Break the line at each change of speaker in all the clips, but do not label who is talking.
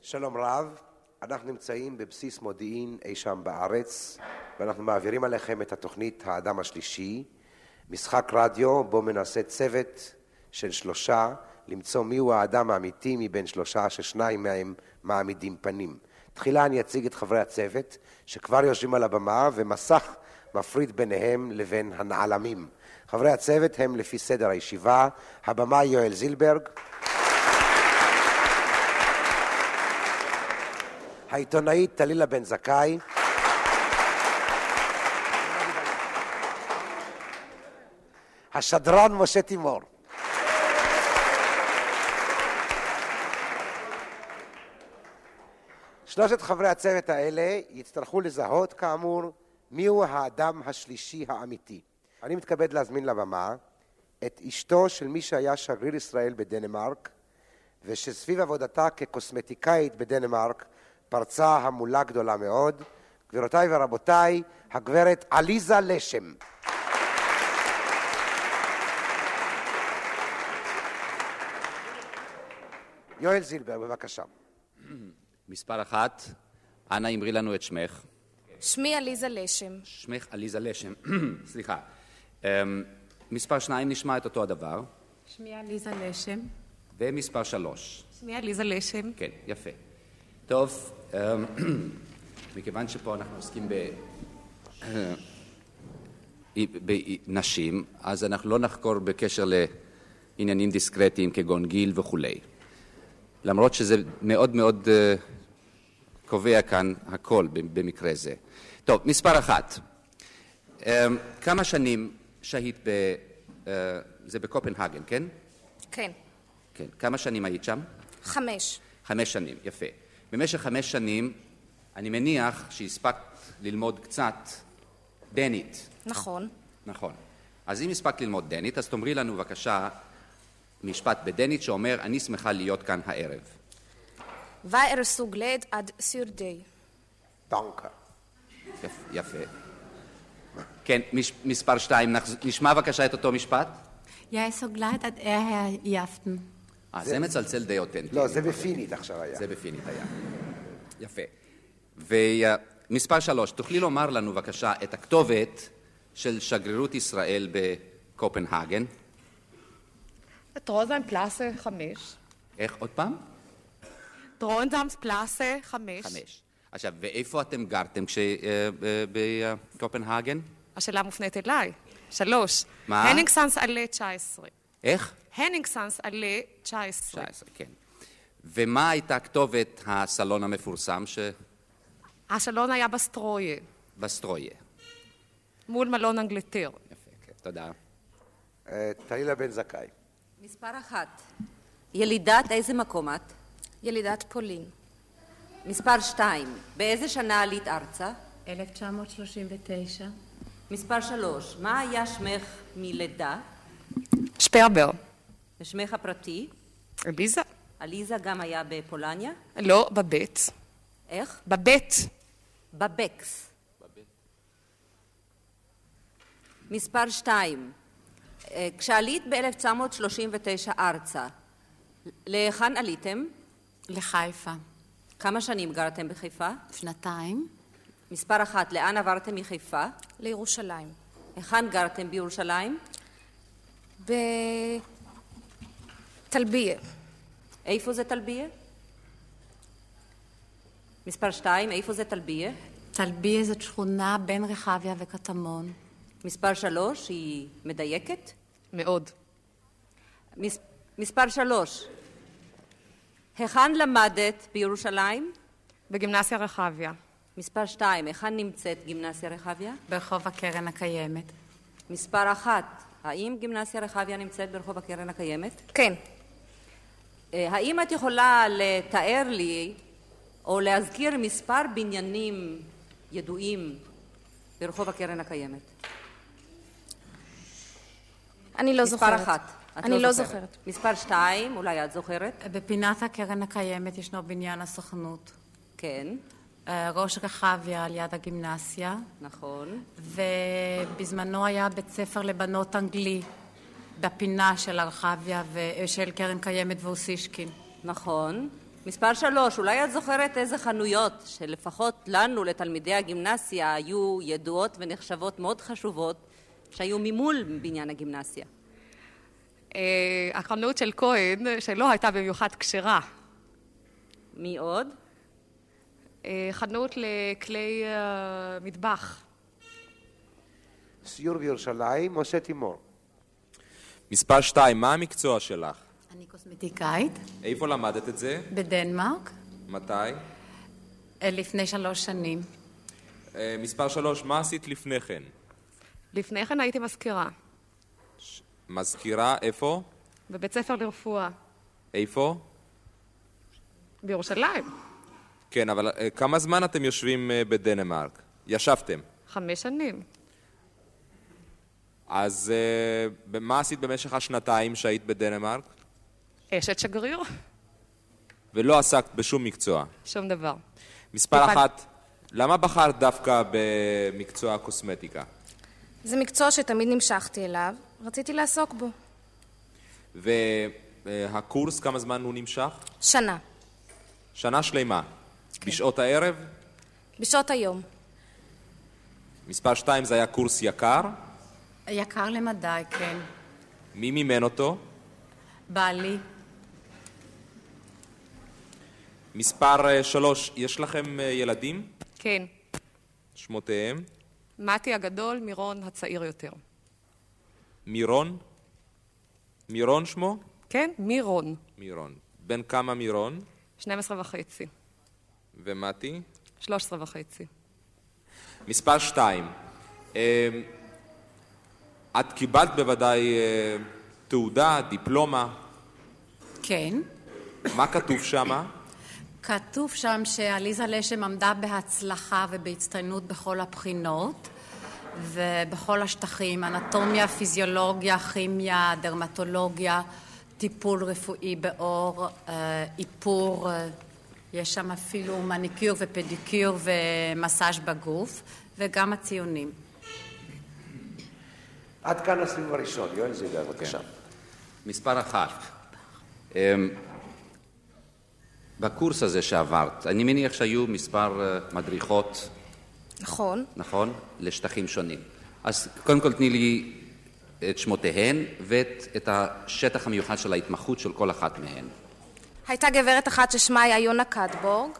שלום רב, אנחנו נמצאים בבסיס מודיעין אי שם בארץ, ואנחנו מעבירים עליכם את התוכנית האדם השלישי, משחק רדיו בו מנסה צוות של שלושה למצוא מיהו האדם האמיתי מבין שלושה ששניים מהם מעמידים פנים. תחילה אני אציג את חברי הצוות שכבר יושבים על הבמה ומסך מפריד ביניהם לבין הנעלמים. חברי הצוות הם לפי סדר הישיבה, הבמאי יואל זילברג, העיתונאית טלילה בן זכאי, השדרן משה תימור, שלושת חברי הצוות האלה יצטרכו לזהות, כאמור, מיהו האדם השלישי האמיתי. אני מתכבד להזמין לבמה את אשתו של מי שהיה שגריר ישראל בדנמרק, ושסביב עבודתה כקוסמטיקאית בדנמרק פרצה המולה גדולה מאוד. גבירותיי ורבותיי, הגברת עליזה לשם. יואל זילבר, בבקשה.
מספר אחת, אנא אמרי לנו את שמך.
שמי עליזה לשם.
שמך עליזה לשם, סליחה. Um, מספר שניים נשמע את אותו הדבר,
שמי עליזה לשם.
ומספר שלוש.
שמי עליזה לשם.
כן, יפה. טוב, um, מכיוון שפה אנחנו עוסקים ב... בנשים, אז אנחנו לא נחקור בקשר לעניינים דיסקרטיים כגון גיל וכולי. למרות שזה מאוד מאוד אה, קובע כאן הכל במקרה זה. טוב, מספר אחת. אה, כמה שנים שהית ב... אה, זה בקופנהגן, כן?
כן.
כן. כמה שנים היית שם?
חמש.
חמש שנים, יפה. במשך חמש שנים, אני מניח שהספקת ללמוד קצת דנית,
נכון.
נכון. אז אם הספקת ללמוד דנית, אז תאמרי לנו בבקשה משפט בדנית שאומר, אני שמחה להיות כאן הערב.
Wij er zo glad ad surday.
דנקה.
יפ- יפה. כן, מש, מספר שתיים, נחז- נשמע בבקשה את אותו משפט.
er
יא סוגלת עד אהה יפתן.
אה, זה, מצלצל די אותנטי.
לא, זה בפינית עכשיו היה.
זה בפינית היה. יפה. ומספר שלוש, תוכלי לומר לנו בבקשה את הכתובת של שגרירות ישראל בקופנהגן?
טרונזם פלאסה חמש.
איך עוד פעם?
טרונזם פלאסה חמש.
חמש. עכשיו, ואיפה אתם גרתם אה, בקופנהגן?
השאלה מופנית אליי. שלוש.
מה?
הניגסנס עלה 19.
איך?
הניגסנס עלה 19.
19, כן. ומה הייתה כתובת הסלון המפורסם
השלון היה בסטרויה,
שבסטרויה?
מול מלון אנגלטר.
יפה, כן, תודה.
אה, טלילה בן זכאי.
מספר אחת, ילידת איזה מקום את?
ילידת פולין.
מספר שתיים, באיזה שנה עלית ארצה?
1939.
מספר שלוש, מה היה שמך מלידה?
שפרבר.
ושמך הפרטי?
אליזה?
עליזה גם היה בפולניה?
לא, בבית.
איך?
בבית.
בבקס. מספר שתיים, אה, כשעלית ב-1939 ארצה, להיכן עליתם?
לחיפה.
כמה שנים גרתם בחיפה?
שנתיים.
מספר אחת, לאן עברתם מחיפה?
לירושלים.
היכן גרתם בירושלים?
בטלביה.
איפה זה טלביה? מספר שתיים, איפה זה טלביה?
טלביה זאת שכונה בין רחביה וקטמון.
מספר שלוש, היא מדייקת?
מאוד.
מס... מספר שלוש, היכן למדת בירושלים?
בגימנסיה רחביה.
מספר שתיים, היכן נמצאת גימנסיה רחביה?
ברחוב הקרן הקיימת.
מספר אחת, האם גימנסיה רחביה נמצאת ברחוב הקרן הקיימת?
כן.
אה, האם את יכולה לתאר לי או להזכיר מספר בניינים ידועים ברחוב הקרן הקיימת?
אני לא
מספר
זוכרת.
אחת. את
אני לא זוכרת.
מספר שתיים, אולי את זוכרת?
בפינת הקרן הקיימת ישנו בניין הסוכנות.
כן,
אה, ראש רחביה על יד הגימנסיה,
נכון.
ובזמנו היה בית ספר לבנות אנגלי אה, בפינה של רחביה ו... של קרן קיימת ואוסישקין.
נכון. מספר שלוש, אולי את זוכרת איזה חנויות שלפחות לנו, לתלמידי הגימנסיה, היו ידועות ונחשבות מאוד חשובות, שהיו ממול בניין הגימנסיה.
אה, החנות של כהן, שלא הייתה במיוחד כשרה,
מי עוד?
אה, חנות לכלי אה, מטבח.
סיור בירושלים, משה תימור.
מספר 2, מה המקצוע שלך?
אני קוסמטיקאית
איפה למדת את זה?
בדנמרק
מתי?
אה, לפני שלוש שנים.
אה, מספר 3, מה עשית לפני כן?
לפני כן הייתי מזכירה,
מזכירה איפה?
בבית ספר לרפואה,
איפה?
בירושלים,
כן, אבל אה, כמה זמן אתם יושבים אה, בדנמרק? ישבתם.
חמש שנים.
אז אה, מה עשית במשך השנתיים שהיית בדנמרק?
אשת שגריר?
ולא עסקת בשום מקצוע.
שום דבר.
מספר
טיפה-
אחת, למה בחרת דווקא במקצוע הקוסמטיקה?
זה מקצוע שתמיד נמשכתי אליו, רציתי לעסוק בו.
והקורס, כמה זמן הוא נמשך?
שנה,
שנה שלמה. בשעות הערב?
בשעות היום.
מספר שתיים זה היה קורס יקר.
יקר למדי, כן.
מי מימן אותו?
בעלי,
מספר אה, שלוש, יש לכם אה, ילדים?
כן,
שמותיהם?
מתי הגדול, מירון הצעיר יותר.
מירון? מירון שמו?
כן, מירון,
מירון. בן כמה מירון?
12 וחצי,
ומתי?
13 וחצי.
מספר שתיים, אה, את קיבלת בוודאי אה, תעודה, דיפלומה,
כן.
מה כתוב שמה?
כתוב שם שעליזה לשם עמדה בהצלחה ובהצטיינות בכל הבחינות ובכל השטחים, אנטומיה, פיזיולוגיה, כימיה, דרמטולוגיה, טיפול רפואי בעור, אה, איפור, אה, יש שם אפילו מניקיור ופדיקיור ומסאז' בגוף וגם הציונים.
עד כאן הסיבוב הראשון, יואל זילבר,
כן.
בבקשה.
מספר אחת, אמ, בקורס הזה שעברת, אני מניח שהיו מספר אה, מדריכות,
נכון,
נכון? לשטחים שונים. אז קודם כל תני לי את שמותיהן ואת את השטח המיוחד של ההתמחות של כל אחת מהן.
הייתה גברת אחת ששמה היה יונה קטבורג,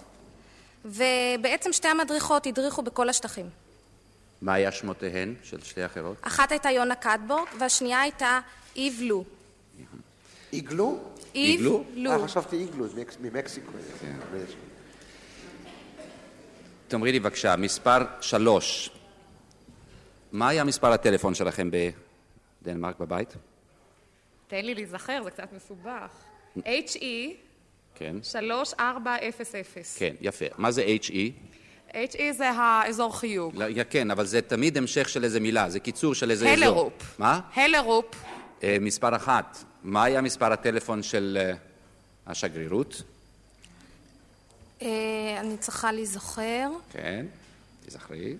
ובעצם שתי המדריכות הדריכו בכל השטחים.
מה היה שמותיהן של שתי האחרות?
אחת הייתה יונה קטבורג, והשנייה הייתה איב לו.
איגלו?
איב
לו?
לו.
אה, חשבתי איגלו, זה מקס- ממקסיקו.
כן.
כן.
תאמרי לי בבקשה, מספר שלוש, מה היה מספר הטלפון שלכם בדנמרק בבית?
תן לי להיזכר, זה קצת מסובך. E HE
כן.
3400.
כן, יפה. מה זה HE?
HE E זה האזור חיוג.
לא, יא, כן, אבל זה תמיד המשך של איזה מילה, זה קיצור של איזה אזור.
הלרופ.
מה?
הלרופ.
אה, מספר אחת, מה היה מספר הטלפון של אה, השגרירות?
אה, אני צריכה להיזכר.
כן, תזכרי.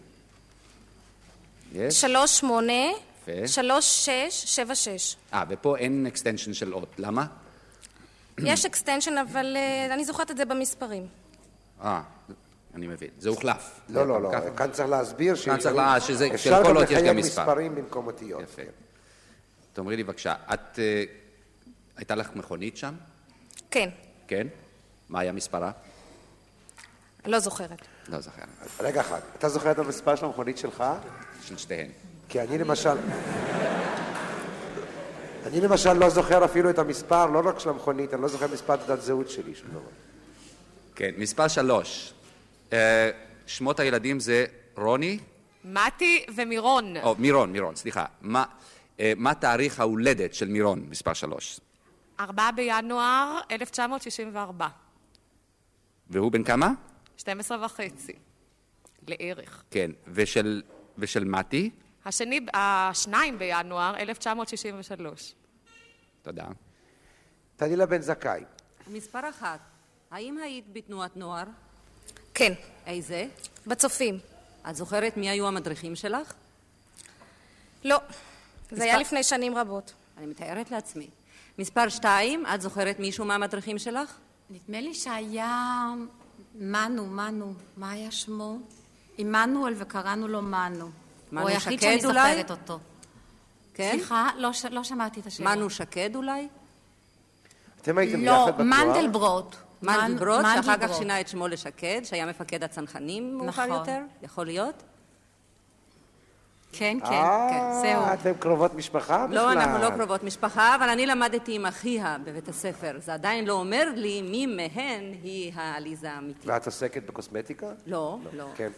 יש?
שלוש שמונה,
כן. יפה.
שלוש שש, שבע שש.
אה, ופה אין extension של אות, למה?
יש אקסטנשן, אבל אה, אני זוכרת את זה במספרים.
אה, אני מבין, זה הוחלף.
לא, לא, לא,
ככה.
כאן צריך להסביר ש...
אה, צריך לה- שזה-
אפשר
שלכל
גם
אות יש
לחייג
גם מספר.
מספרים במקום אותיות.
יפה. תאמרי לי בבקשה, את, אה, הייתה לך מכונית שם?
כן,
כן? מה היה מספרה?
לא זוכרת.
לא זוכר,
רגע אחד, אתה זוכר את המספר של המכונית שלך?
של שתיהן.
כי אני למשל... אני למשל לא זוכר אפילו את המספר, לא רק של המכונית, אני לא זוכר מספר תעודת זהות שלי, שום דבר.
כן, מספר שלוש. אה, שמות הילדים זה רוני,
מתי ומירון.
או מירון, מירון, סליחה. מה, אה, מה תאריך ההולדת של מירון, מספר שלוש?
4 בינואר 1964.
והוא בן כמה?
12 וחצי. לערך.
כן. ושל, ושל מתי?
השני, השניים בינואר 1963.
תודה.
טלילה בן זכאי,
מספר אחת, האם היית בתנועת נוער?
כן,
איזה?
בצופים.
את זוכרת מי היו המדריכים שלך?
לא, זה היה לפני שנים רבות.
אני מתארת לעצמי. מספר שתיים, את זוכרת מישהו מהמדריכים שלך?
נדמה לי שהיה מנו, מנו, מה היה שמו? עמנואל וקראנו לו מנו.
מנו
הוא היחיד
שקד
שאני זוכרת
אולי?
אותו.
כן?
סליחה, לא, ש... לא שמעתי את השאלה.
מנו שקד אולי?
אתם הייתם
לא,
ביחד בתואר?
מנדלברוט.
מנדלברוט,
מנ-
שאחר כך
מנדלברוט.
שינה את שמו לשקד, שהיה מפקד הצנחנים מאוחר
נכון.
יותר, יכול להיות? כן, כן, כן,
אה,
זהו.
אתם קרובות משפחה בכלל.
לא, אנחנו לא קרובות משפחה, אבל אני למדתי עם אחיה בבית הספר. זה עדיין לא אומר לי מי מהן היא העליזה האמיתית.
ואת עוסקת בקוסמטיקה?
לא, לא.
כן.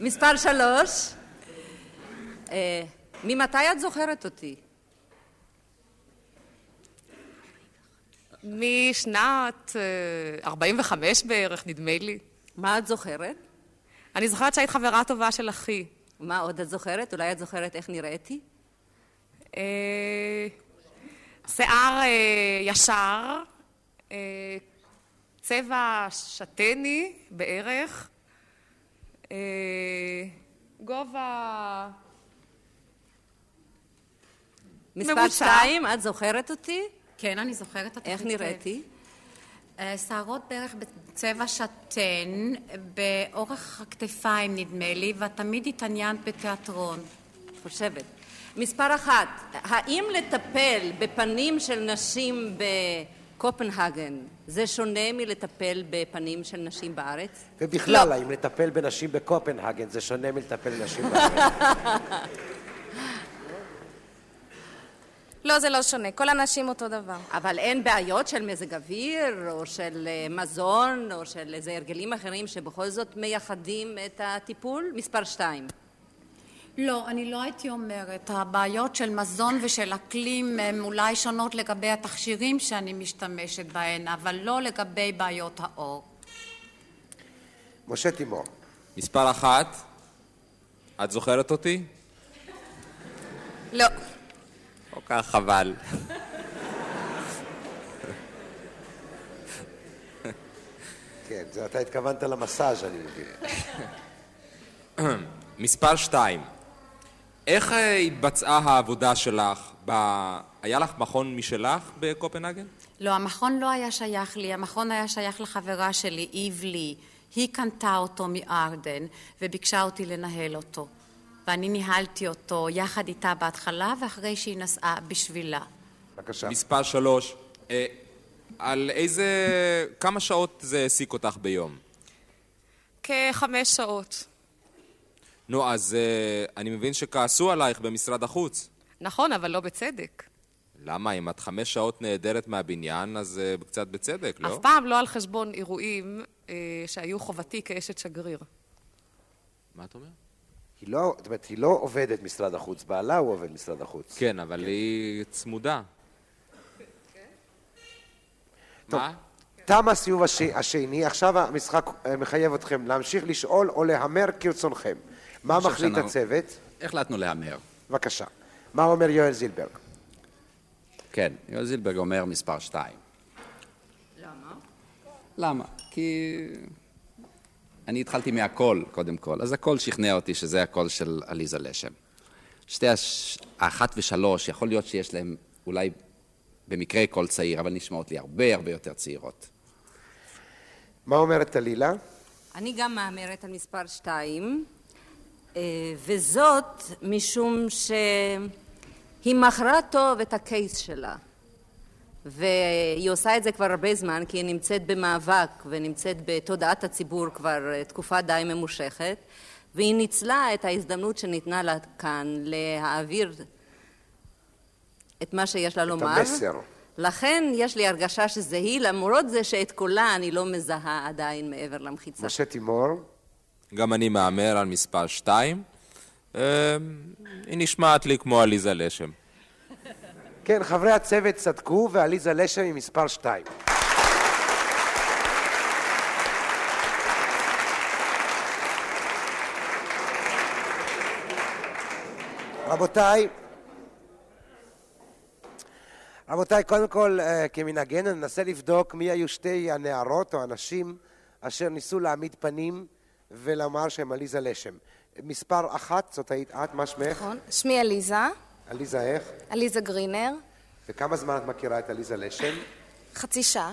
מספר שלוש, אה, ממתי את זוכרת אותי?
משנת אה, 45 בערך, נדמה לי.
מה את זוכרת?
אני זוכרת שהיית חברה טובה של אחי.
מה עוד את זוכרת? אולי את זוכרת איך נראיתי?
אה, שיער אה, ישר, אה, צבע שתני בערך, אה, גובה...
מספר
ממוצע.
שתיים, את זוכרת אותי?
כן, אני זוכרת אותך.
איך
היטב.
נראיתי?
אה, שערות בערך בצבע שתן, באורך הכתפיים נדמה לי, ואת תמיד התעניינת בתיאטרון.
חושבת. מספר אחת, האם לטפל בפנים של נשים בקופנהגן זה שונה מלטפל בפנים של נשים בארץ? לא.
ובכלל, האם לטפל בנשים בקופנהגן זה שונה מלטפל בנשים בארץ?
לא, זה לא שונה, כל הנשים אותו דבר.
אבל אין בעיות של מזג אוויר, או של אה, מזון, או של איזה הרגלים אחרים שבכל זאת מייחדים את הטיפול? מספר שתיים.
לא, אני לא הייתי אומרת. הבעיות של מזון ושל אקלים הן אולי שונות לגבי התכשירים שאני משתמשת בהן, אבל לא לגבי בעיות האור.
משה תימור.
מספר אחת, את זוכרת אותי?
לא,
כל כך חבל.
כן, זה אתה התכוונת למסאז' אני מבין.
מספר שתיים, איך אה, התבצעה העבודה שלך? ב... היה לך מכון משלך בקופנהגן?
לא, המכון לא היה שייך לי, המכון היה שייך לחברה שלי, איב לי. היא קנתה אותו מארדן וביקשה אותי לנהל אותו. ואני ניהלתי אותו יחד איתה בהתחלה ואחרי שהיא נסעה בשבילה.
בבקשה.
מספר שלוש, אה, על איזה... כמה שעות זה העסיק אותך ביום?
כחמש שעות.
נו, אז אה, אני מבין שכעסו עלייך במשרד החוץ.
נכון, אבל לא בצדק.
למה? אם את חמש שעות נעדרת מהבניין, אז אה, קצת בצדק,
אף
לא?
פעם לא על חשבון אירועים אה, שהיו חובתי כאשת שגריר.
מה את אומרת?
היא לא, זאת אומרת, היא לא עובדת משרד החוץ, בעלה הוא עובד משרד החוץ.
כן, אבל היא צמודה. מה?
תם הסיבוב הש... השני, עכשיו המשחק אה, מחייב אתכם להמשיך לשאול או להמר כרצונכם. מה
חושב
מחליט
שאנחנו-
הצוות?
החלטנו להמר.
בבקשה. מה אומר יואל זילברג?
כן, יואל זילברג אומר מספר שתיים. למה? למה? כי אני התחלתי מהקול, קודם כל. אז הקול שכנע אותי שזה הקול של עליזה לשם. שתי הש... האחת ושלוש, יכול להיות שיש להם אולי במקרה קול צעיר, אבל נשמעות לי הרבה הרבה יותר צעירות.
מה אומרת טלילה?
אני גם מהמרת על מספר שתיים, אה, וזאת משום שהיא מכרה טוב את הקייס שלה. והיא עושה את זה כבר הרבה זמן, כי היא נמצאת במאבק ונמצאת בתודעת הציבור כבר אה, תקופה די ממושכת, והיא ניצלה את ההזדמנות שניתנה לה כאן להעביר את מה שיש לה לומר.
המסר.
לכן יש לי הרגשה שזה היא, למרות זה שאת קולה אני לא מזהה עדיין מעבר למחיצה.
משה תימור?
גם אני מהמר על מספר שתיים. אה, היא נשמעת לי כמו עליזה לשם.
כן, חברי הצוות צדקו, ועליזה לשם היא מספר שתיים. רבותיי, רבותיי, קודם כל, אה, כמנהגנו, ננסה לבדוק מי היו שתי הנערות או הנשים אשר ניסו להעמיד פנים ולומר שהם עליזה לשם. מספר אחת, זאת היית את, מה שמך?
נכון. שמי עליזה,
עליזה איך?
עליזה גרינר,
וכמה זמן את מכירה את עליזה לשם?
חצי שעה.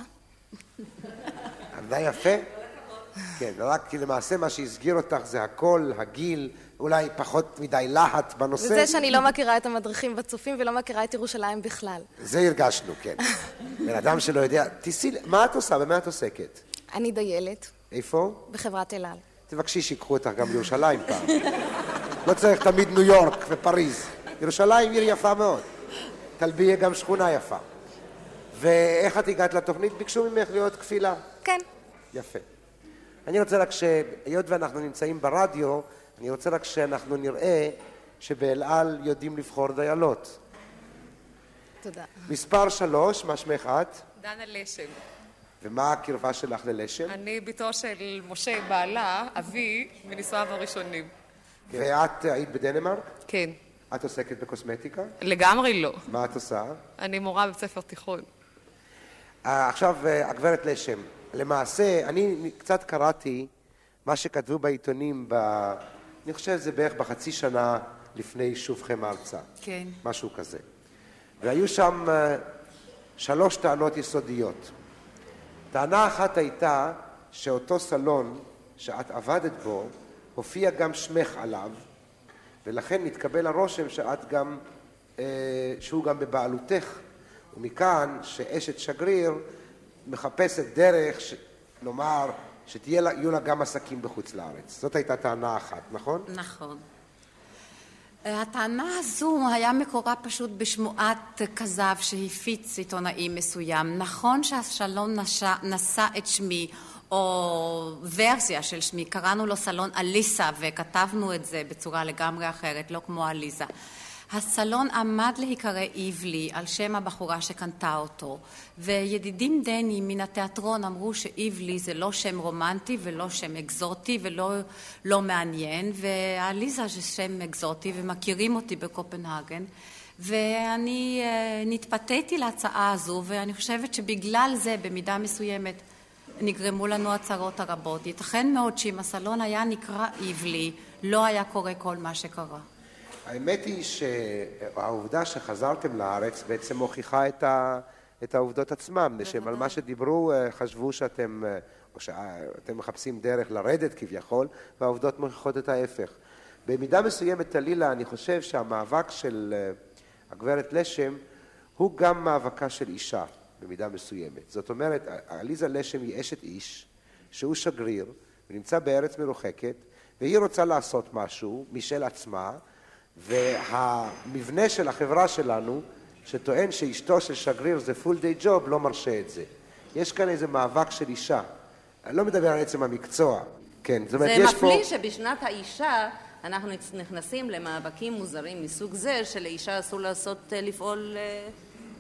עבדה יפה? כן, רק כי למעשה מה שהסגיר אותך זה הקול, הגיל, אולי פחות מדי להט בנושא.
וזה שאני לא מכירה את המדריכים בצופים ולא מכירה את ירושלים בכלל.
זה הרגשנו, כן. בן אדם שלא יודע, תיסעי, מה את עושה? במה את עוסקת?
אני דיילת
איפה?
בחברת אל על.
תבקשי שיקחו אותך גם לירושלים פעם. לא צריך תמיד ניו יורק ופריז. ירושלים עיר יפה מאוד. טלביה גם שכונה יפה. ואיך את הגעת לתוכנית? ביקשו ממך להיות כפילה.
כן.
יפה. אני רוצה רק ש... היות ואנחנו נמצאים ברדיו, אני רוצה רק שאנחנו נראה שבאל על יודעים לבחור דיילות.
תודה.
מספר שלוש, מה שמך את?
דנה לשם.
ומה הקרבה שלך ללשם?
אני בתו של משה בעלה, אבי, מנישואיו הראשונים.
ואת היית בדנמרק?
כן.
את עוסקת בקוסמטיקה?
לגמרי לא.
מה את עושה?
אני מורה בבית ספר תיכון.
אה, עכשיו, אה, הגברת לשם, למעשה, אני קצת קראתי מה שכתבו בעיתונים, ב... אני חושב זה בערך בחצי שנה לפני שובכם ארצה.
כן.
משהו כזה. והיו שם אה, שלוש טענות יסודיות. טענה אחת הייתה שאותו סלון שאת עבדת בו, הופיע גם שמך עליו, ולכן נתקבל הרושם שאת גם, אה, שהוא גם בבעלותך. ומכאן שאשת שגריר מחפשת דרך, ש... נאמר, שתהיו לה, יהיו לה גם עסקים בחוץ לארץ. זאת הייתה טענה אחת, נכון?
נכון. אה, הטענה הזו היה מקורה פשוט בשמועת כזב שהפיץ עיתונאי מסוים. נכון שהסלון נשא, נשא את שמי, או ורסיה של שמי, קראנו לו סלון אליסה וכתבנו את זה בצורה לגמרי אחרת, לא כמו אליזה. הסלון עמד להיקרא איבלי על שם הבחורה שקנתה אותו, וידידים דנים מן התיאטרון אמרו שאיבלי זה לא שם רומנטי ולא שם אקזוטי ולא לא מעניין, ועליזה זה שם אקזוטי ומכירים אותי בקופנהגן, ואני אה, נתפתיתי להצעה הזו, ואני חושבת שבגלל זה במידה מסוימת נגרמו לנו הצרות הרבות. ייתכן מאוד שאם הסלון היה נקרא איבלי, לא היה קורה כל מה שקרה.
האמת היא שהעובדה שחזרתם לארץ בעצם מוכיחה את, ה... את העובדות עצמן, שהם על מה שדיברו אה, חשבו שאתם, אה, או שאתם מחפשים דרך לרדת כביכול, והעובדות מוכיחות את ההפך. במידה מסוימת, טלילה, אני חושב שהמאבק של אה, הגברת לשם הוא גם מאבקה של אישה, במידה מסוימת. זאת אומרת, ע- עליזה לשם היא אשת איש, שהוא שגריר, ונמצא בארץ מרוחקת, והיא רוצה לעשות משהו משל עצמה, והמבנה של החברה שלנו, שטוען שאשתו של שגריר זה פול דיי ג'וב, לא מרשה את זה. יש כאן איזה מאבק של אישה. אני לא מדבר על עצם המקצוע. כן, זאת אומרת,
זה
יש פה...
מפליא שבשנת האישה אנחנו נצ- נכנסים למאבקים מוזרים מסוג זה, שלאישה אסור לעשות, אה, לפעול אה,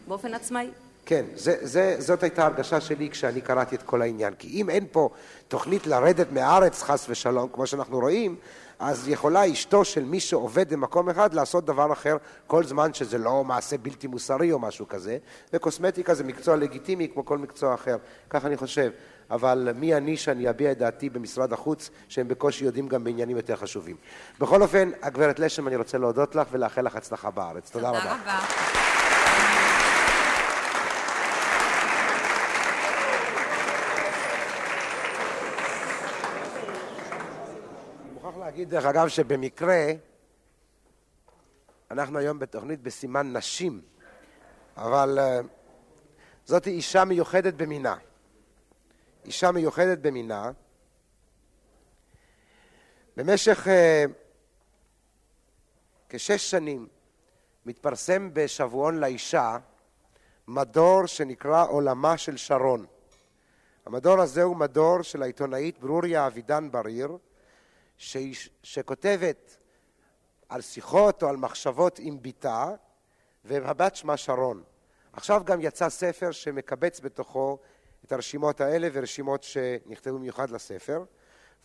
באופן עצמאי.
כן, זה, זה, זאת הייתה הרגשה שלי כשאני קראתי את כל העניין. כי אם אין פה תוכנית לרדת מהארץ, חס ושלום, כמו שאנחנו רואים, אז יכולה אשתו של מי שעובד במקום אחד לעשות דבר אחר כל זמן שזה לא מעשה בלתי מוסרי או משהו כזה. וקוסמטיקה זה מקצוע לגיטימי כמו כל מקצוע אחר, כך אני חושב. אבל מי אני שאני אביע את דעתי במשרד החוץ, שהם בקושי יודעים גם בעניינים יותר חשובים. בכל אופן, הגברת לשם, אני רוצה להודות לך ולאחל לך הצלחה בארץ. תודה, רבה.
תודה רבה.
אני מוכרח להגיד, דרך אגב, שבמקרה, אנחנו היום בתוכנית בסימן נשים, אבל אה, זאת אישה מיוחדת במינה. אישה מיוחדת במינה. במשך אה, כשש שנים מתפרסם בשבועון לאישה מדור שנקרא עולמה של שרון. המדור הזה הוא מדור של העיתונאית ברוריה אבידן בריר, ש... שכותבת על שיחות או על מחשבות עם בתה, והבת שמה שרון. עכשיו גם יצא ספר שמקבץ בתוכו את הרשימות האלה ורשימות שנכתבו במיוחד לספר,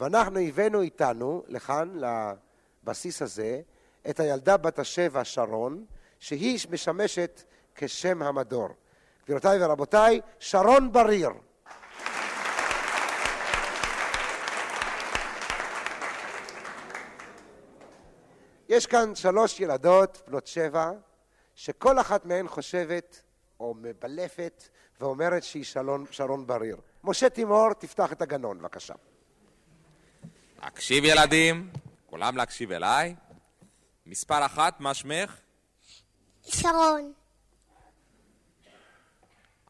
ואנחנו הבאנו איתנו לכאן, לבסיס הזה, את הילדה בת השבע שרון, שהיא משמשת כשם המדור. גבירותיי ורבותיי, שרון בריר. יש כאן שלוש ילדות בנות שבע, שכל אחת מהן חושבת או מבלפת ואומרת שהיא שלון, שרון בריר. משה תימור, תפתח את הגנון, בבקשה.
להקשיב ילדים, כולם להקשיב אליי. מספר אחת, מה שמך?
שרון,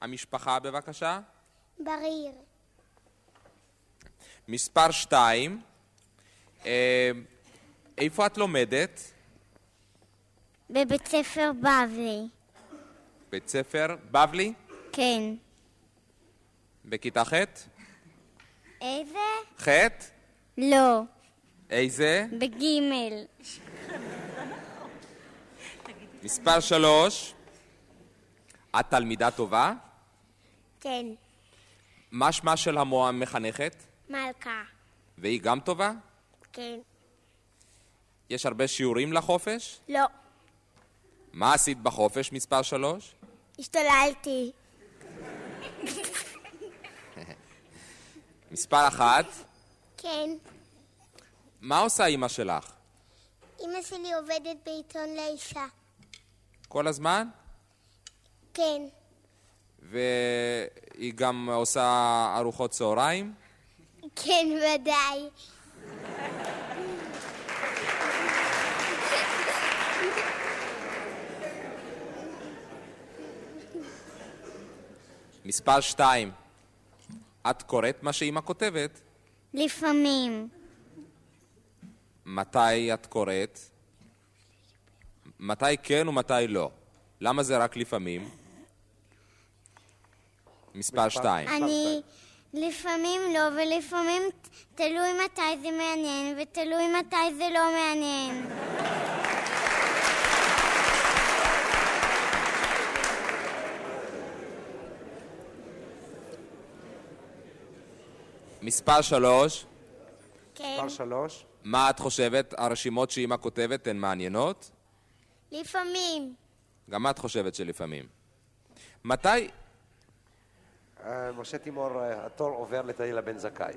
המשפחה בבקשה.
בריר,
מספר שתיים, אה, איפה את לומדת?
בבית ספר בבלי.
בית ספר בבלי,
כן.
בכיתה ח'?
איזה?
ח'?
לא,
איזה?
בגימל.
מספר שלוש, את תלמידה טובה?
כן,
מה שמה של המחנכת?
מלכה.
והיא גם טובה?
כן.
יש הרבה שיעורים לחופש?
לא,
מה עשית בחופש מספר שלוש?
השתוללתי.
מספר אחת,
כן.
מה עושה אימא שלך?
אמא שלי עובדת בעיתון לאישה.
כל הזמן?
כן,
והיא גם עושה ארוחות צהריים?
כן, ודאי.
מספר שתיים, את קוראת מה שאימא כותבת.
לפעמים.
מתי את קוראת? מתי כן ומתי לא? למה זה רק לפעמים? מספר שתיים.
אני לפעמים לא, ולפעמים ת- תלוי מתי זה מעניין, ותלוי מתי זה לא מעניין.
מספר שלוש,
כן,
מספר שלוש.
מה את חושבת? הרשימות שאימא כותבת הן מעניינות?
לפעמים.
גם את חושבת שלפעמים. מתי?
אה, משה תימור, אה, התור עובר לדניאלה בן זכאי.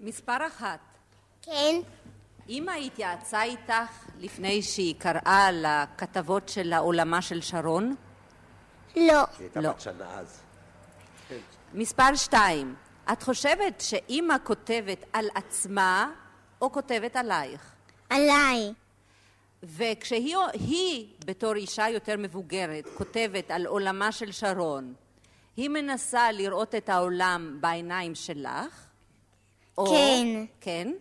מספר אחת,
כן,
אמא התייעצה איתך לפני שהיא קראה על הכתבות של העולמה של שרון?
לא,
היא הייתה
לא.
בת שנה אז.
מספר שתיים, את חושבת שאמא כותבת על עצמה או כותבת עלייך?
עליי.
וכשהיא היא, בתור אישה יותר מבוגרת כותבת על עולמה של שרון, היא מנסה לראות את העולם בעיניים שלך? או,
כן.
כן?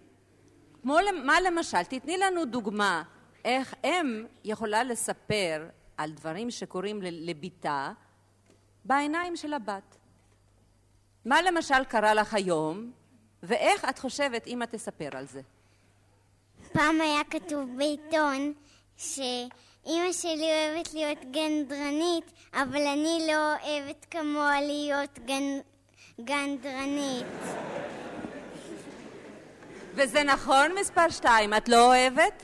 כמו, למ- מה למשל, תתני לנו דוגמה איך אם יכולה לספר על דברים שקורים ל- לבתה בעיניים של הבת. מה למשל קרה לך היום, ואיך את חושבת אמא תספר על זה?
פעם היה כתוב בעיתון שאימא שלי אוהבת להיות גנדרנית, אבל אני לא אוהבת כמוה להיות גנ... גנדרנית.
וזה נכון מספר שתיים, את לא אוהבת?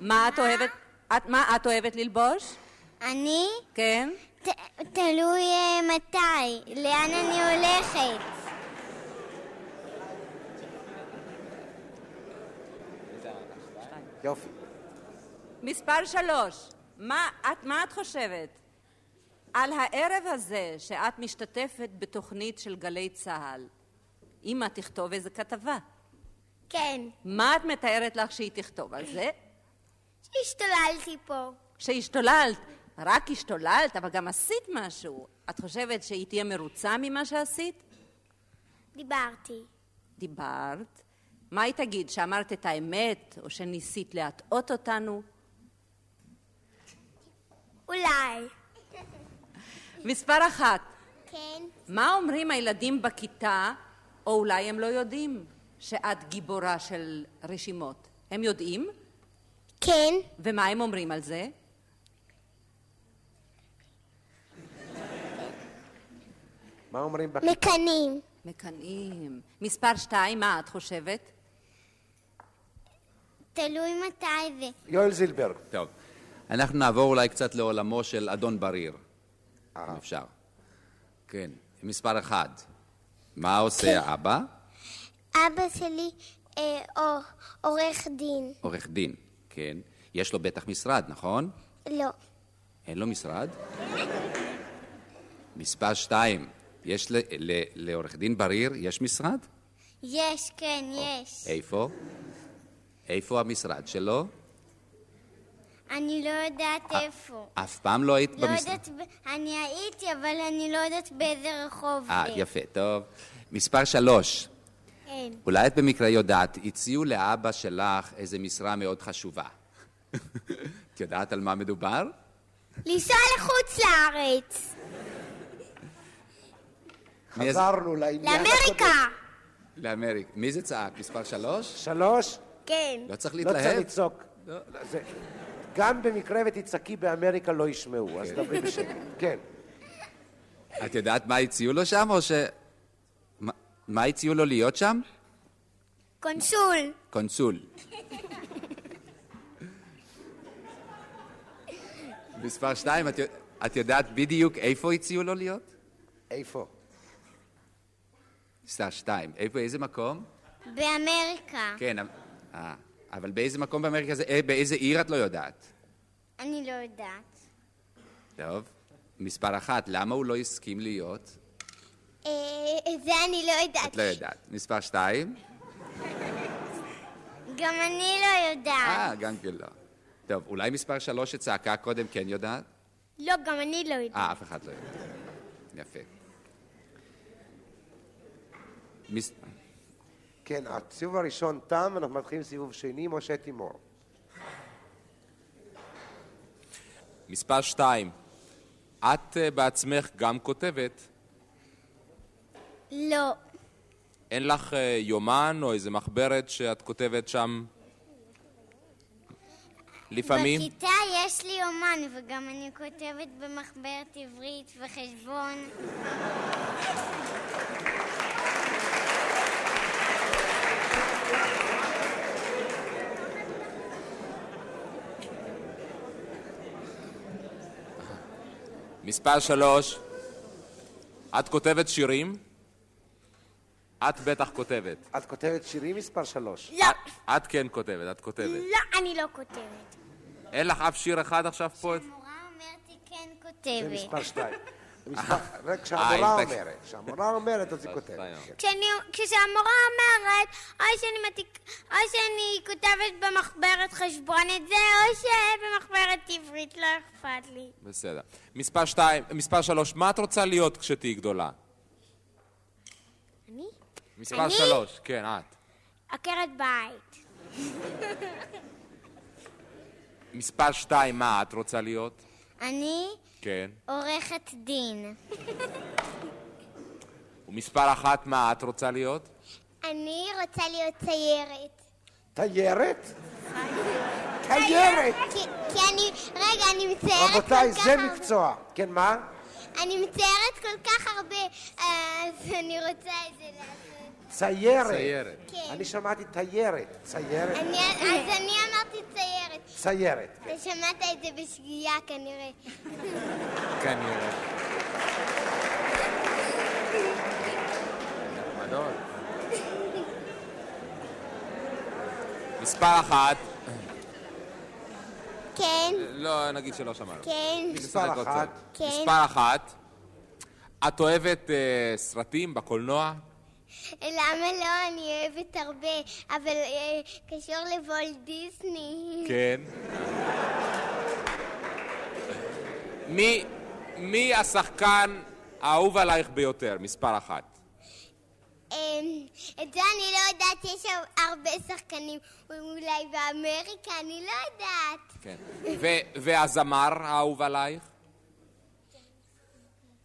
מה את אוהבת? את, מה את אוהבת ללבוש?
אני?
כן?
ת... תלוי אה, מתי, לאן אני הולכת.
יופי.
מספר שלוש, מה את, מה את חושבת? על הערב הזה שאת משתתפת בתוכנית של גלי צה"ל, אמא תכתוב איזה כתבה.
כן,
מה את מתארת לך שהיא תכתוב על זה?
השתוללתי פה.
שהשתוללת, רק השתוללת, אבל גם עשית משהו. את חושבת שהיא תהיה מרוצה ממה שעשית?
דיברתי.
דיברת. מה היא תגיד, שאמרת את האמת, או שניסית להטעות אותנו?
אולי.
מספר אחת,
כן,
מה אומרים הילדים בכיתה, או אולי הם לא יודעים שאת גיבורה של רשימות? הם יודעים?
כן,
ומה הם אומרים על זה?
מה אומרים בכ...
מקנאים.
מקנאים. מספר שתיים, מה את חושבת?
תלוי מתי זה.
יואל זילברג.
טוב, אנחנו נעבור אולי קצת לעולמו של אדון בריר, אם אפשר. כן, מספר אחד. מה עושה האבא?
אבא שלי אה, או, עורך דין.
עורך דין, כן. יש לו בטח משרד, נכון?
לא.
אין לו משרד? מספר שתיים, יש ל- ל- לעורך דין בריר, יש משרד?
יש, כן, יש.
איפה? איפה המשרד שלו?
אני לא יודעת איפה.
אף פעם לא היית
לא
אה, במשרד.
יודעת, ב- אני הייתי, אבל אני לא יודעת באיזה רחוב
אה,
זה.
יפה, טוב. מספר שלוש,
כן.
אולי את במקרה יודעת, הציעו לאבא שלך איזו משרה מאוד חשובה. את יודעת על מה מדובר?
לנסוע לחוץ לארץ,
מאיזה-
חזרנו לעניין.
לאמריקה.
לאמריקה. מי זה צעק? מספר שלוש?
שלוש,
כן.
לא צריך
לא צריך
להתלהב.
לצעוק. זה- גם במקרה ותצעקי באמריקה לא ישמעו, אז דברי בשקט. כן.
את יודעת מה הציעו לו שם, או ש... מה- מה הציעו לו להיות שם?
קונסול.
קונסול. מספר שתיים, את, יודע- את יודעת בדיוק איפה הציעו לו להיות?
איפה?
מספר שתיים, איפה, איזה מקום?
באמריקה.
כן, אבל- אה, אבל באיזה מקום באמריקה זה, אה, באיזה עיר את לא יודעת?
אני לא יודעת.
טוב. מספר אחת, למה הוא לא הסכים להיות?
אה, זה אני לא יודעת.
את לא יודעת. מספר שתיים?
גם אני לא יודעת.
אה, גם כן לא. טוב, אולי מספר שלוש שצעקה קודם כן יודעת?
לא, גם אני לא יודעת.
אה, אף אחד לא יודע. יפה. מס...
כן, הסיבוב הראשון תם, אנחנו מתחילים סיבוב שני, משה תימור.
מספר שתיים, את אה, בעצמך גם כותבת,
לא.
אין לך אה, יומן או איזה מחברת שאת כותבת שם לפעמים?
בכיתה יש לי אומן, וגם אני כותבת במחברת עברית וחשבון.
מספר שלוש, את כותבת שירים? את בטח כותבת.
את כותבת שירים מספר שלוש.
לא,
אה.
את- את כן כותבת, את כותבת.
לא, אני לא כותבת.
אין לך אף שיר אחד עכשיו פה?
המורה אומרת היא כן
זה
כותבת.
מספר שתיים. מספר- רק כשהמורה
אה, אם תק-
אומרת, כשהמורה אומרת אז היא כותבת.
שתיים.
כן.
כשאני, כשהמורה אומרת, או שאני, מתיק, או שאני כותבת במחברת חשבון את זה, או שבמחברת עברית, לא אכפת לי.
בסדר. מספר שתיים, מספר שלוש, מה את רוצה להיות כשתהיי גדולה?
אני?
מספר
אני?
שלוש, כן, את.
עקרת בית.
מספר שתיים, מה את רוצה להיות?
אני
כן.
עורכת דין.
ומספר אחת, מה את רוצה להיות?
אני רוצה להיות ציירת.
תיירת? תיירת!
כי, כי אני, רגע, אני מציירת
רבותיי,
כל כך
זה
הרבה.
מקצוע. כן, מה?
אני מציירת כל כך הרבה, אה, אז אני רוצה את זה לעשות.
ציירת.
ציירת.
כן.
אני שמעתי תיירת. ציירת.
אני, אז אני אמרתי ציירת.
ציירת.
אתה שמעת את זה בשגיאה כנראה.
כנראה. מספר אחת,
כן,
לא, נגיד שלא שמענו.
כן,
מספר
משחק
אחת.
הוצאות.
כן.
מספר אחת, את אוהבת אה, סרטים בקולנוע?
למה לא? אני אוהבת הרבה, אבל אה, קשור לוולט דיסני.
כן. מי, מי השחקן האהוב עלייך ביותר? מספר אחת.
אה, את זה אני לא יודעת, יש שם הרבה שחקנים, אולי באמריקה, אני לא יודעת.
כן. ו- והזמר האהוב עלייך?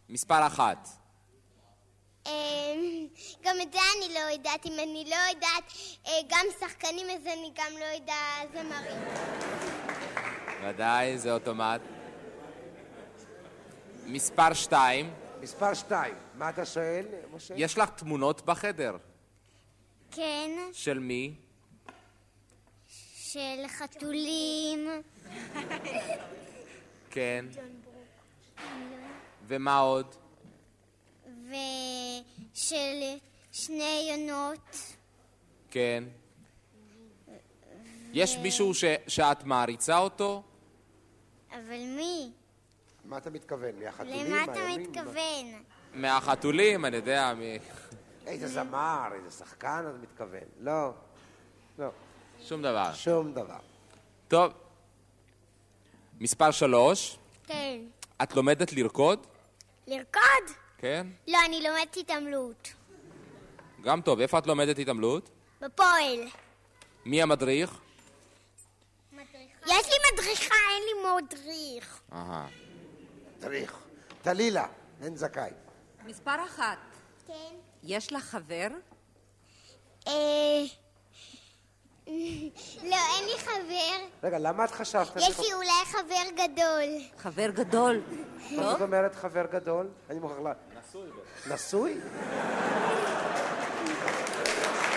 מספר אחת.
אה, גם את זה אני לא יודעת, אם אני לא יודעת אה, גם שחקנים אז אני גם לא יודעת זמרים.
ודאי, זה אוטומט. מספר שתיים,
מספר שתיים. מה אתה שואל, משה?
יש לך תמונות בחדר.
כן,
של מי?
של חתולים.
כן. ומה עוד?
ושל שני יונות.
כן.
אה.
יש מישהו ש, שאת מעריצה אותו?
אבל מי?
מה אתה מתכוון? מהחתולים?
למה אתה
מהימים?
מתכוון?
מהחתולים, אני יודע, מ...
איזה זמר, איזה שחקן אתה מתכוון. לא, לא,
שום דבר.
שום דבר.
טוב. מספר שלוש,
כן.
את לומדת לרקוד,
לרקוד?
כן?
לא, אני לומדת התעמלות.
גם טוב. איפה את לומדת התעמלות?
בפועל.
מי המדריך?
יש לי מדריכה, אין לי מודריך.
אהה.
צריך. טלילה, אין זכאי.
מספר אחת,
כן.
יש לך חבר?
אה, לא, אין לי חבר.
רגע, למה את חשבת? על
יש
זה?
לי אולי חבר גדול.
חבר גדול.
מה זאת אומרת חבר גדול? אני מוכרח ל... נשוי. נשוי?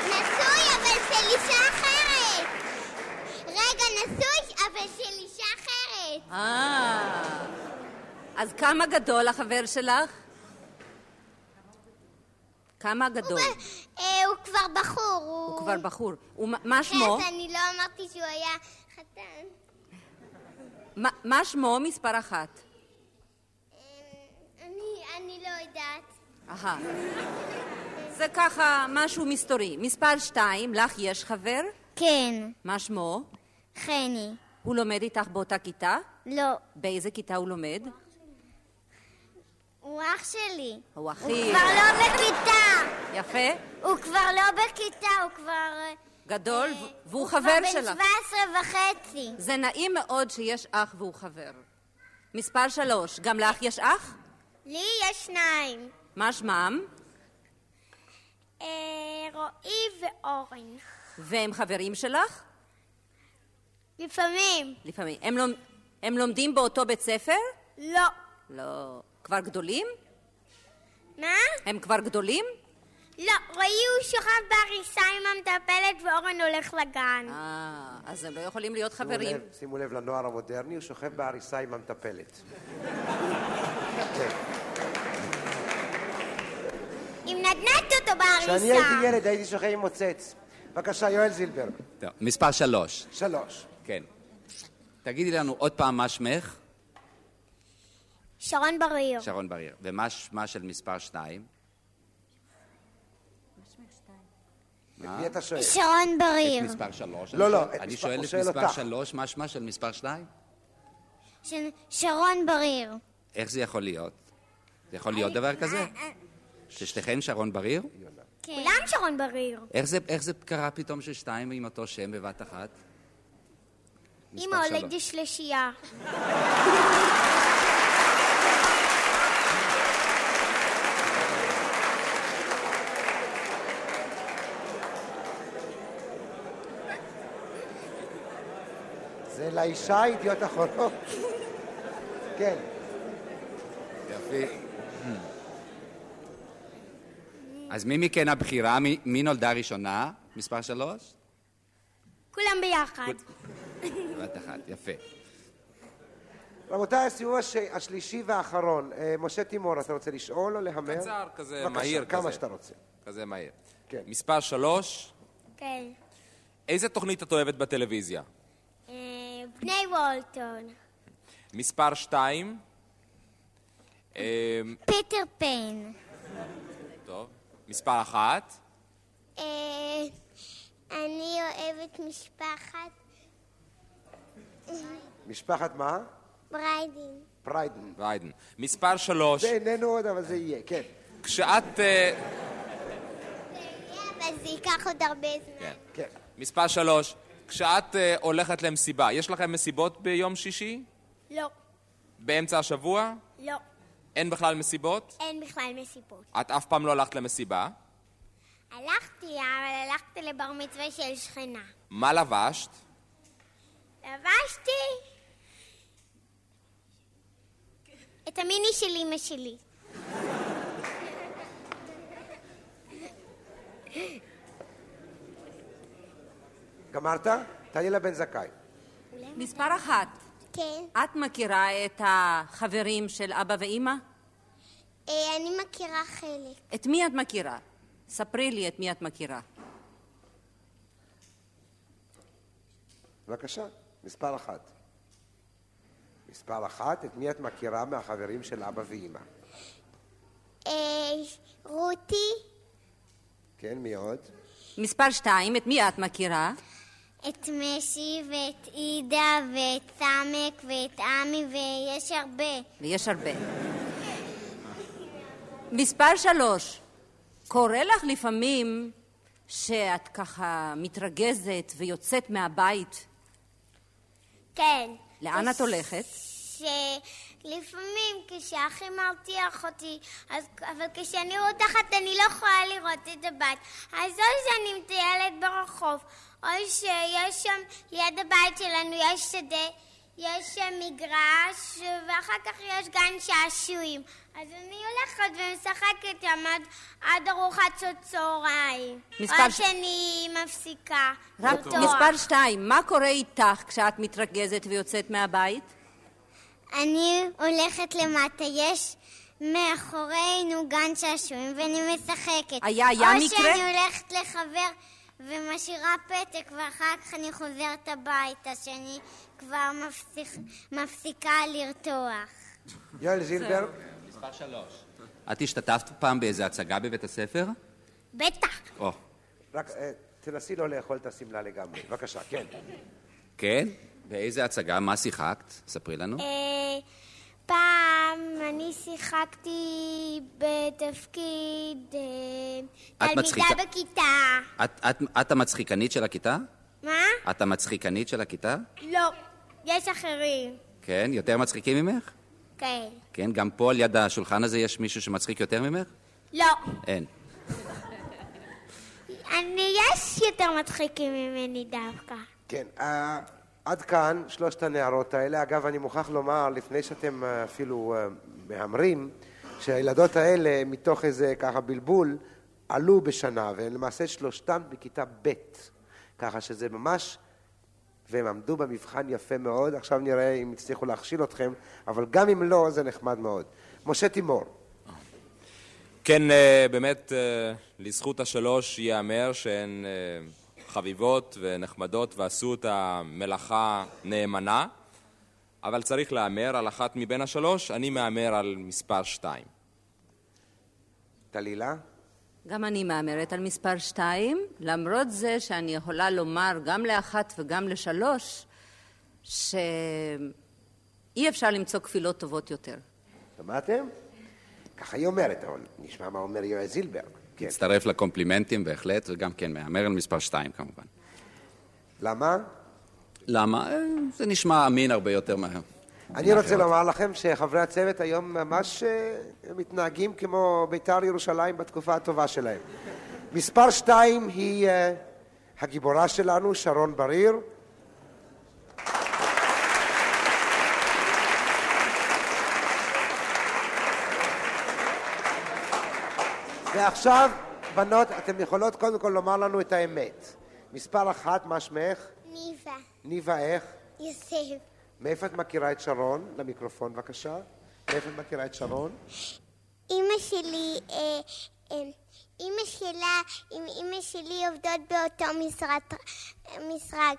נשוי, אבל של אישה אחרת. רגע, נשוי, אבל של אישה אחרת.
אה, אז כמה גדול החבר שלך? כמה גדול?
אה, הוא כבר בחור.
הוא כבר בחור. הוא- מה שמו?
כן, אני לא אמרתי שהוא היה חתן.
מה- מה שמו מספר אחת?
אה, אני- אני לא יודעת.
אהה. זה ככה משהו מסתורי. מספר שתיים, לך יש חבר?
כן,
מה שמו?
חני.
הוא לומד איתך באותה כיתה?
לא,
באיזה כיתה הוא לומד?
הוא אח שלי.
הוא
הוא
הכי...
כבר לא בכיתה.
יפה,
הוא כבר לא בכיתה, הוא כבר... אה,
גדול,
אה,
ו- והוא חבר
הוא כבר
שלך.
בן 17 וחצי.
זה נעים מאוד שיש אח והוא חבר. מספר שלוש, גם לך יש אח?
לי יש שניים.
מה שמם?
אה, רועי ואורן.
והם חברים שלך?
לפעמים.
לפעמים. הם, לומד, הם לומדים באותו בית ספר?
לא.
לא. כבר גדולים?
מה?
הם כבר גדולים?
לא, רועי הוא שוכב בעריסה עם המטפלת ואורן הולך לגן.
אה, אז הם לא יכולים להיות
שימו
חברים.
לב- שימו לב לנוער המודרני, הוא שוכב בעריסה עם המטפלת. כן.
אם נדנדת אותו בעריסה.
כשאני הייתי ילד הייתי שוכב עם מוצץ. בבקשה, יואל זילברג.
טוב, מספר שלוש.
שלוש.
כן. תגידי לנו עוד פעם מה שמך,
שרון בריר.
שרון בריר, ומה שמה של מספר שתיים?
מי אתה שואל?
שרון
את
בריר.
מספר שלוש.
לא,
אני
לא,
שואל-
את
אני
מספר-
שואל
הוא
את
שואל
מספר
אותך.
שלוש, מה שמה של מספר שתיים?
ש- שרון בריר.
איך זה יכול להיות? זה יכול להיות דבר כזה? ששתיכן שרון בריר?
כולם שרון בריר.
איך זה, איך זה קרה פתאום ששתיים עם אותו שם בבת אחת?
אמא
מספר שלוש.
הולדת שלישייה.
זה לאישה ידיעות אחרונות. כן.
אז מי מכן הבחירה? מי, מי נולדה ראשונה? מספר שלוש?
כולם ביחד.
בבת אחת, יפה.
רבותיי, הסיבוב הש... השלישי והאחרון. אה, משה תימור, אתה רוצה לשאול או להמר?
קצר, כזה
בבקשה,
מהיר
כמה
כזה.
שאתה רוצה.
כזה מהיר.
כן.
מספר שלוש,
כן.
איזה תוכנית את אוהבת בטלוויזיה?
אה, בני וולטון.
מספר שתיים, אה,
פיטר פן.
טוב. מספר אחת,
אה, אני אוהבת משפחת
משפחת מה?
בריידין.
פריידן.
ריידן. מספר שלוש,
זה איננו עוד, אבל זה יהיה, כן.
כשאת... אה,
אבל זה ייקח עוד הרבה זמן.
כן.
כן.
מספר שלוש, כשאת אה, הולכת למסיבה, יש לכם מסיבות ביום שישי?
לא,
באמצע השבוע?
לא.
אין בכלל מסיבות?
אין בכלל מסיבות.
את אף פעם לא הלכת למסיבה?
הלכתי, אבל הלכתי לבר מצווה של שכנה.
מה לבשת?
לבשתי את המיני של אמא שלי.
גמרת? טלילה בן זכאי.
מספר אחת,
כן.
את מכירה את החברים של אבא ואימא?
אה, אני מכירה חלק.
את מי את מכירה? ספרי לי את מי את מכירה.
בבקשה, מספר אחת. מספר אחת, את מי את מכירה מהחברים של אבא ואימא?
אה, רותי,
כן, מי עוד?
מספר שתיים, את מי את מכירה?
את משי ואת עידה ואת סמק ואת עמי ויש הרבה.
ויש הרבה. מספר שלוש, קורה לך לפעמים שאת ככה מתרגזת ויוצאת מהבית,
כן.
לאן את הולכת?
שלפעמים כשאחי מרתיח אותי, אז, אבל כשאני רותחת אני לא יכולה לראות את הבית. אז או שאני מטיילת ברחוב, או שיש שם, ליד הבית שלנו יש שדה, יש שם מגרש, ואחר כך יש גן שעשועים. אז אני הולכת ומשחקת שם עד, עד ארוחת שעות צהריים.
מספר
או
ש-
שאני מפסיקה.
רק
לרתוח.
מספר שתיים, מה קורה איתך כשאת מתרגזת ויוצאת מהבית?
אני הולכת למטה, יש מאחורינו גן שעשועים ואני משחקת.
היה- היה
או
מקרה?
או שאני הולכת לחבר ומשאירה פתק ואחר כך אני חוזרת הביתה, שאני כבר מפסיק, מפסיקה לרתוח.
יואל זילבר,
את השתתפת פעם באיזה הצגה בבית הספר?
בטח.
או,
רק אה, תנסי לא לאכול את השמלה לגמרי. בבקשה, כן.
כן? באיזה הצגה? מה שיחקת? ספרי לנו.
אה, פעם אני שיחקתי בתפקיד אה,
את מצחיקה.
תלמידה בכיתה.
את, את, את המצחיקנית של הכיתה?
מה?
את המצחיקנית של הכיתה?
לא. יש אחרים.
כן, יותר מצחיקים ממך?
כן.
כן, גם פה על יד השולחן הזה יש מישהו שמצחיק יותר ממך?
לא.
אין.
אני, יש יותר מצחיקים ממני דווקא.
כן, אה, עד כאן שלושת הנערות האלה. אגב, אני מוכרח לומר, לפני שאתם אה, אפילו אה, מהמרים, שהילדות האלה, מתוך איזה ככה בלבול, עלו בשנה, והן למעשה שלושתן בכיתה ב', ככה שזה ממש... והם עמדו במבחן יפה מאוד, עכשיו נראה אם יצליחו להכשיל אתכם, אבל גם אם לא, זה נחמד מאוד. משה תימור,
כן, אה, באמת, אה, לזכות השלוש ייאמר שהן אה, חביבות ונחמדות ועשו את המלאכה נאמנה, אבל צריך להמר על אחת מבין השלוש, אני מהמר על מספר שתיים.
טלילה,
גם אני מהמרת על מספר שתיים, למרות זה שאני יכולה לומר גם לאחת וגם לשלוש, שאי אפשר למצוא כפילות טובות יותר.
שמעתם? ככה היא אומרת, אבל נשמע מה אומר יואל זילברג. כן.
מצטרף לקומפלימנטים בהחלט, וגם כן מהמר על מספר שתיים כמובן.
למה?
למה? אה, זה נשמע אמין הרבה יותר מה...
אני רוצה לומר לכם שחברי הצוות היום ממש אה, מתנהגים כמו בית"ר ירושלים בתקופה הטובה שלהם. מספר שתיים היא אה, הגיבורה שלנו, שרון בריר. ועכשיו, בנות, אתן יכולות קודם כל לומר לנו את האמת. מספר אחת, מה שמך?
ניבה,
ניבה איך?
יוסף,
מאיפה את מכירה את שרון? למיקרופון בבקשה. מאיפה את מכירה את שרון?
אימא שלי, אה, אה, אימא שלה עם אימא שלי עובדות באותו משרד, משרד,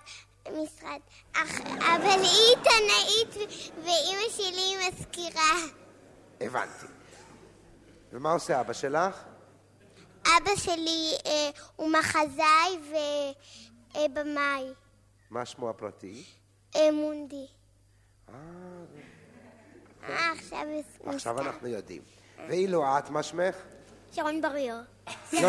משרד, אך, אבל היא עיתונאית ואימא שלי היא מזכירה.
הבנתי. ומה עושה אבא שלך?
אבא שלי אה, הוא מחזאי ובמאי,
מה שמו הפרטי?
אה, מונדי. אה, עכשיו
עכשיו אנחנו יודעים. ואילו את, מה שמך?
שרון בריאו.
לא.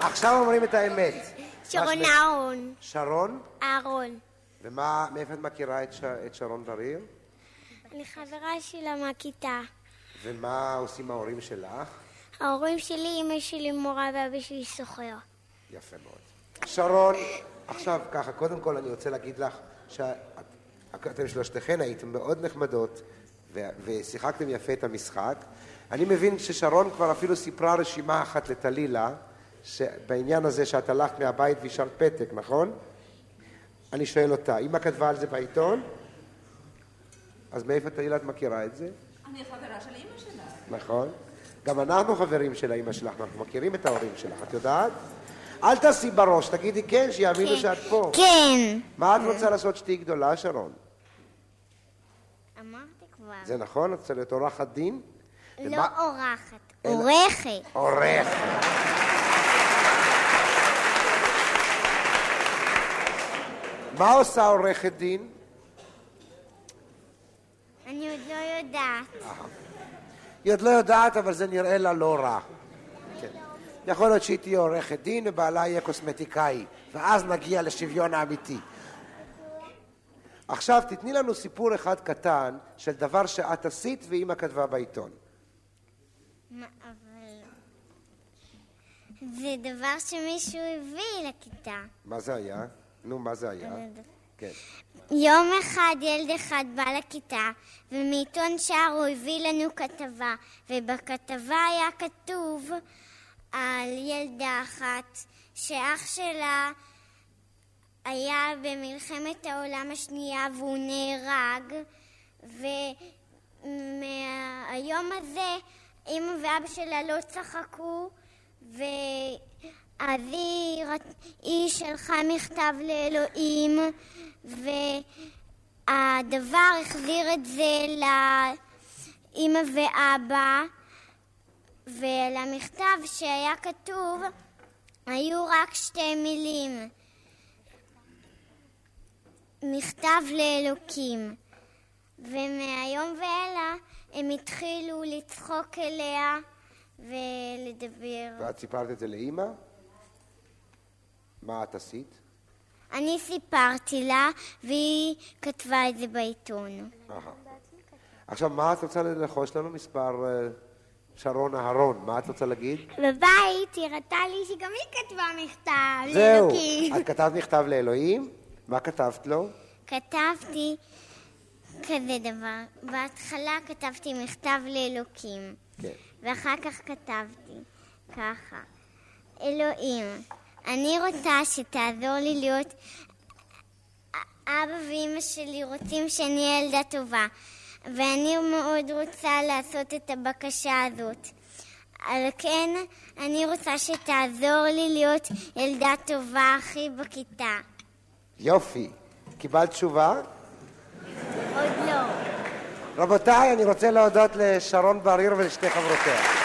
עכשיו אומרים את האמת. מה
שרון
שמך?
אהרון.
שרון?
אהרון.
ומה, מאיפה את מכירה את ש- את שרון בריר?
אני חברה שלה מהכיתה.
ומה עושים ההורים שלך?
ההורים שלי, אמא שלי מורה ואבא שלי סוחר.
יפה מאוד. שרון, עכשיו ככה, קודם כל אני רוצה להגיד לך שאתם שלושתכן הייתם מאוד נחמדות ו- ושיחקתם יפה את המשחק. אני מבין ששרון כבר אפילו סיפרה רשימה אחת לטלילה, בעניין הזה שאת הלכת מהבית והשארת פתק, נכון? אני שואל אותה, אמא כתבה על זה בעיתון? אז מאיפה טלילה את מכירה את זה? נכון. גם אנחנו חברים של האימא שלך, אנחנו מכירים את ההורים שלך, את יודעת? אל תעשי בראש, תגידי כן, שיאמינו שאת פה.
כן.
מה את רוצה לעשות שתהיי גדולה, שרון?
אמרתי כבר.
זה נכון? את רוצה להיות עורכת דין?
לא
ומה-
אורחת,
אלא-
עורכת.
עורכת. מה עושה עורכת דין?
אני עוד לא יודעת.
היא עוד לא יודעת, אבל זה נראה לה לא רע. כן. יכול להיות שהיא תהיה עורכת דין ובעלה יהיה קוסמטיקאי, ואז נגיע לשוויון האמיתי. עכשיו תתני לנו סיפור אחד קטן של דבר שאת עשית ואימא כתבה בעיתון.
מה, אבל... זה דבר שמישהו הביא לכיתה.
מה זה היה? נו, מה זה היה? כן.
יום אחד ילד אחד בא לכיתה, ומעיתון שער הוא הביא לנו כתבה, ובכתבה היה כתוב על ילדה אחת שאח שלה היה במלחמת העולם השנייה והוא נהרג, ומהיום הזה אמא ואבא שלה לא צחקו, ואז היא, רת- היא שלחה מכתב לאלוהים, והדבר החזיר את זה לאמא ואבא, ולמכתב שהיה כתוב היו רק שתי מילים. מכתב לאלוקים. ומהיום ואלה הם התחילו לצחוק אליה ולדבר.
ואת סיפרת את זה לאימא? מה את עשית?
אני סיפרתי לה, והיא כתבה את זה בעיתון.
אהה. עכשיו, מה את רוצה ללחוש לנו? מספר אה, שרון אהרון, מה את רוצה להגיד?
בבית היא ראתה לי שגם היא כתבה מכתב
זהו,
לאלוקים.
את כתבת מכתב לאלוהים? מה כתבת לו?
כתבתי כזה דבר. בהתחלה כתבתי מכתב לאלוקים.
כן.
ואחר כך כתבתי ככה: אלוהים, אני רוצה שתעזור לי להיות... אבא ואימא שלי רוצים שאני אהיה ילדה טובה, ואני מאוד רוצה לעשות את הבקשה הזאת. על כן, אני רוצה שתעזור לי להיות ילדה טובה הכי בכיתה.
יופי, קיבלת תשובה?
עוד לא.
רבותיי, אני רוצה להודות לשרון בריר ולשתי חברותיה.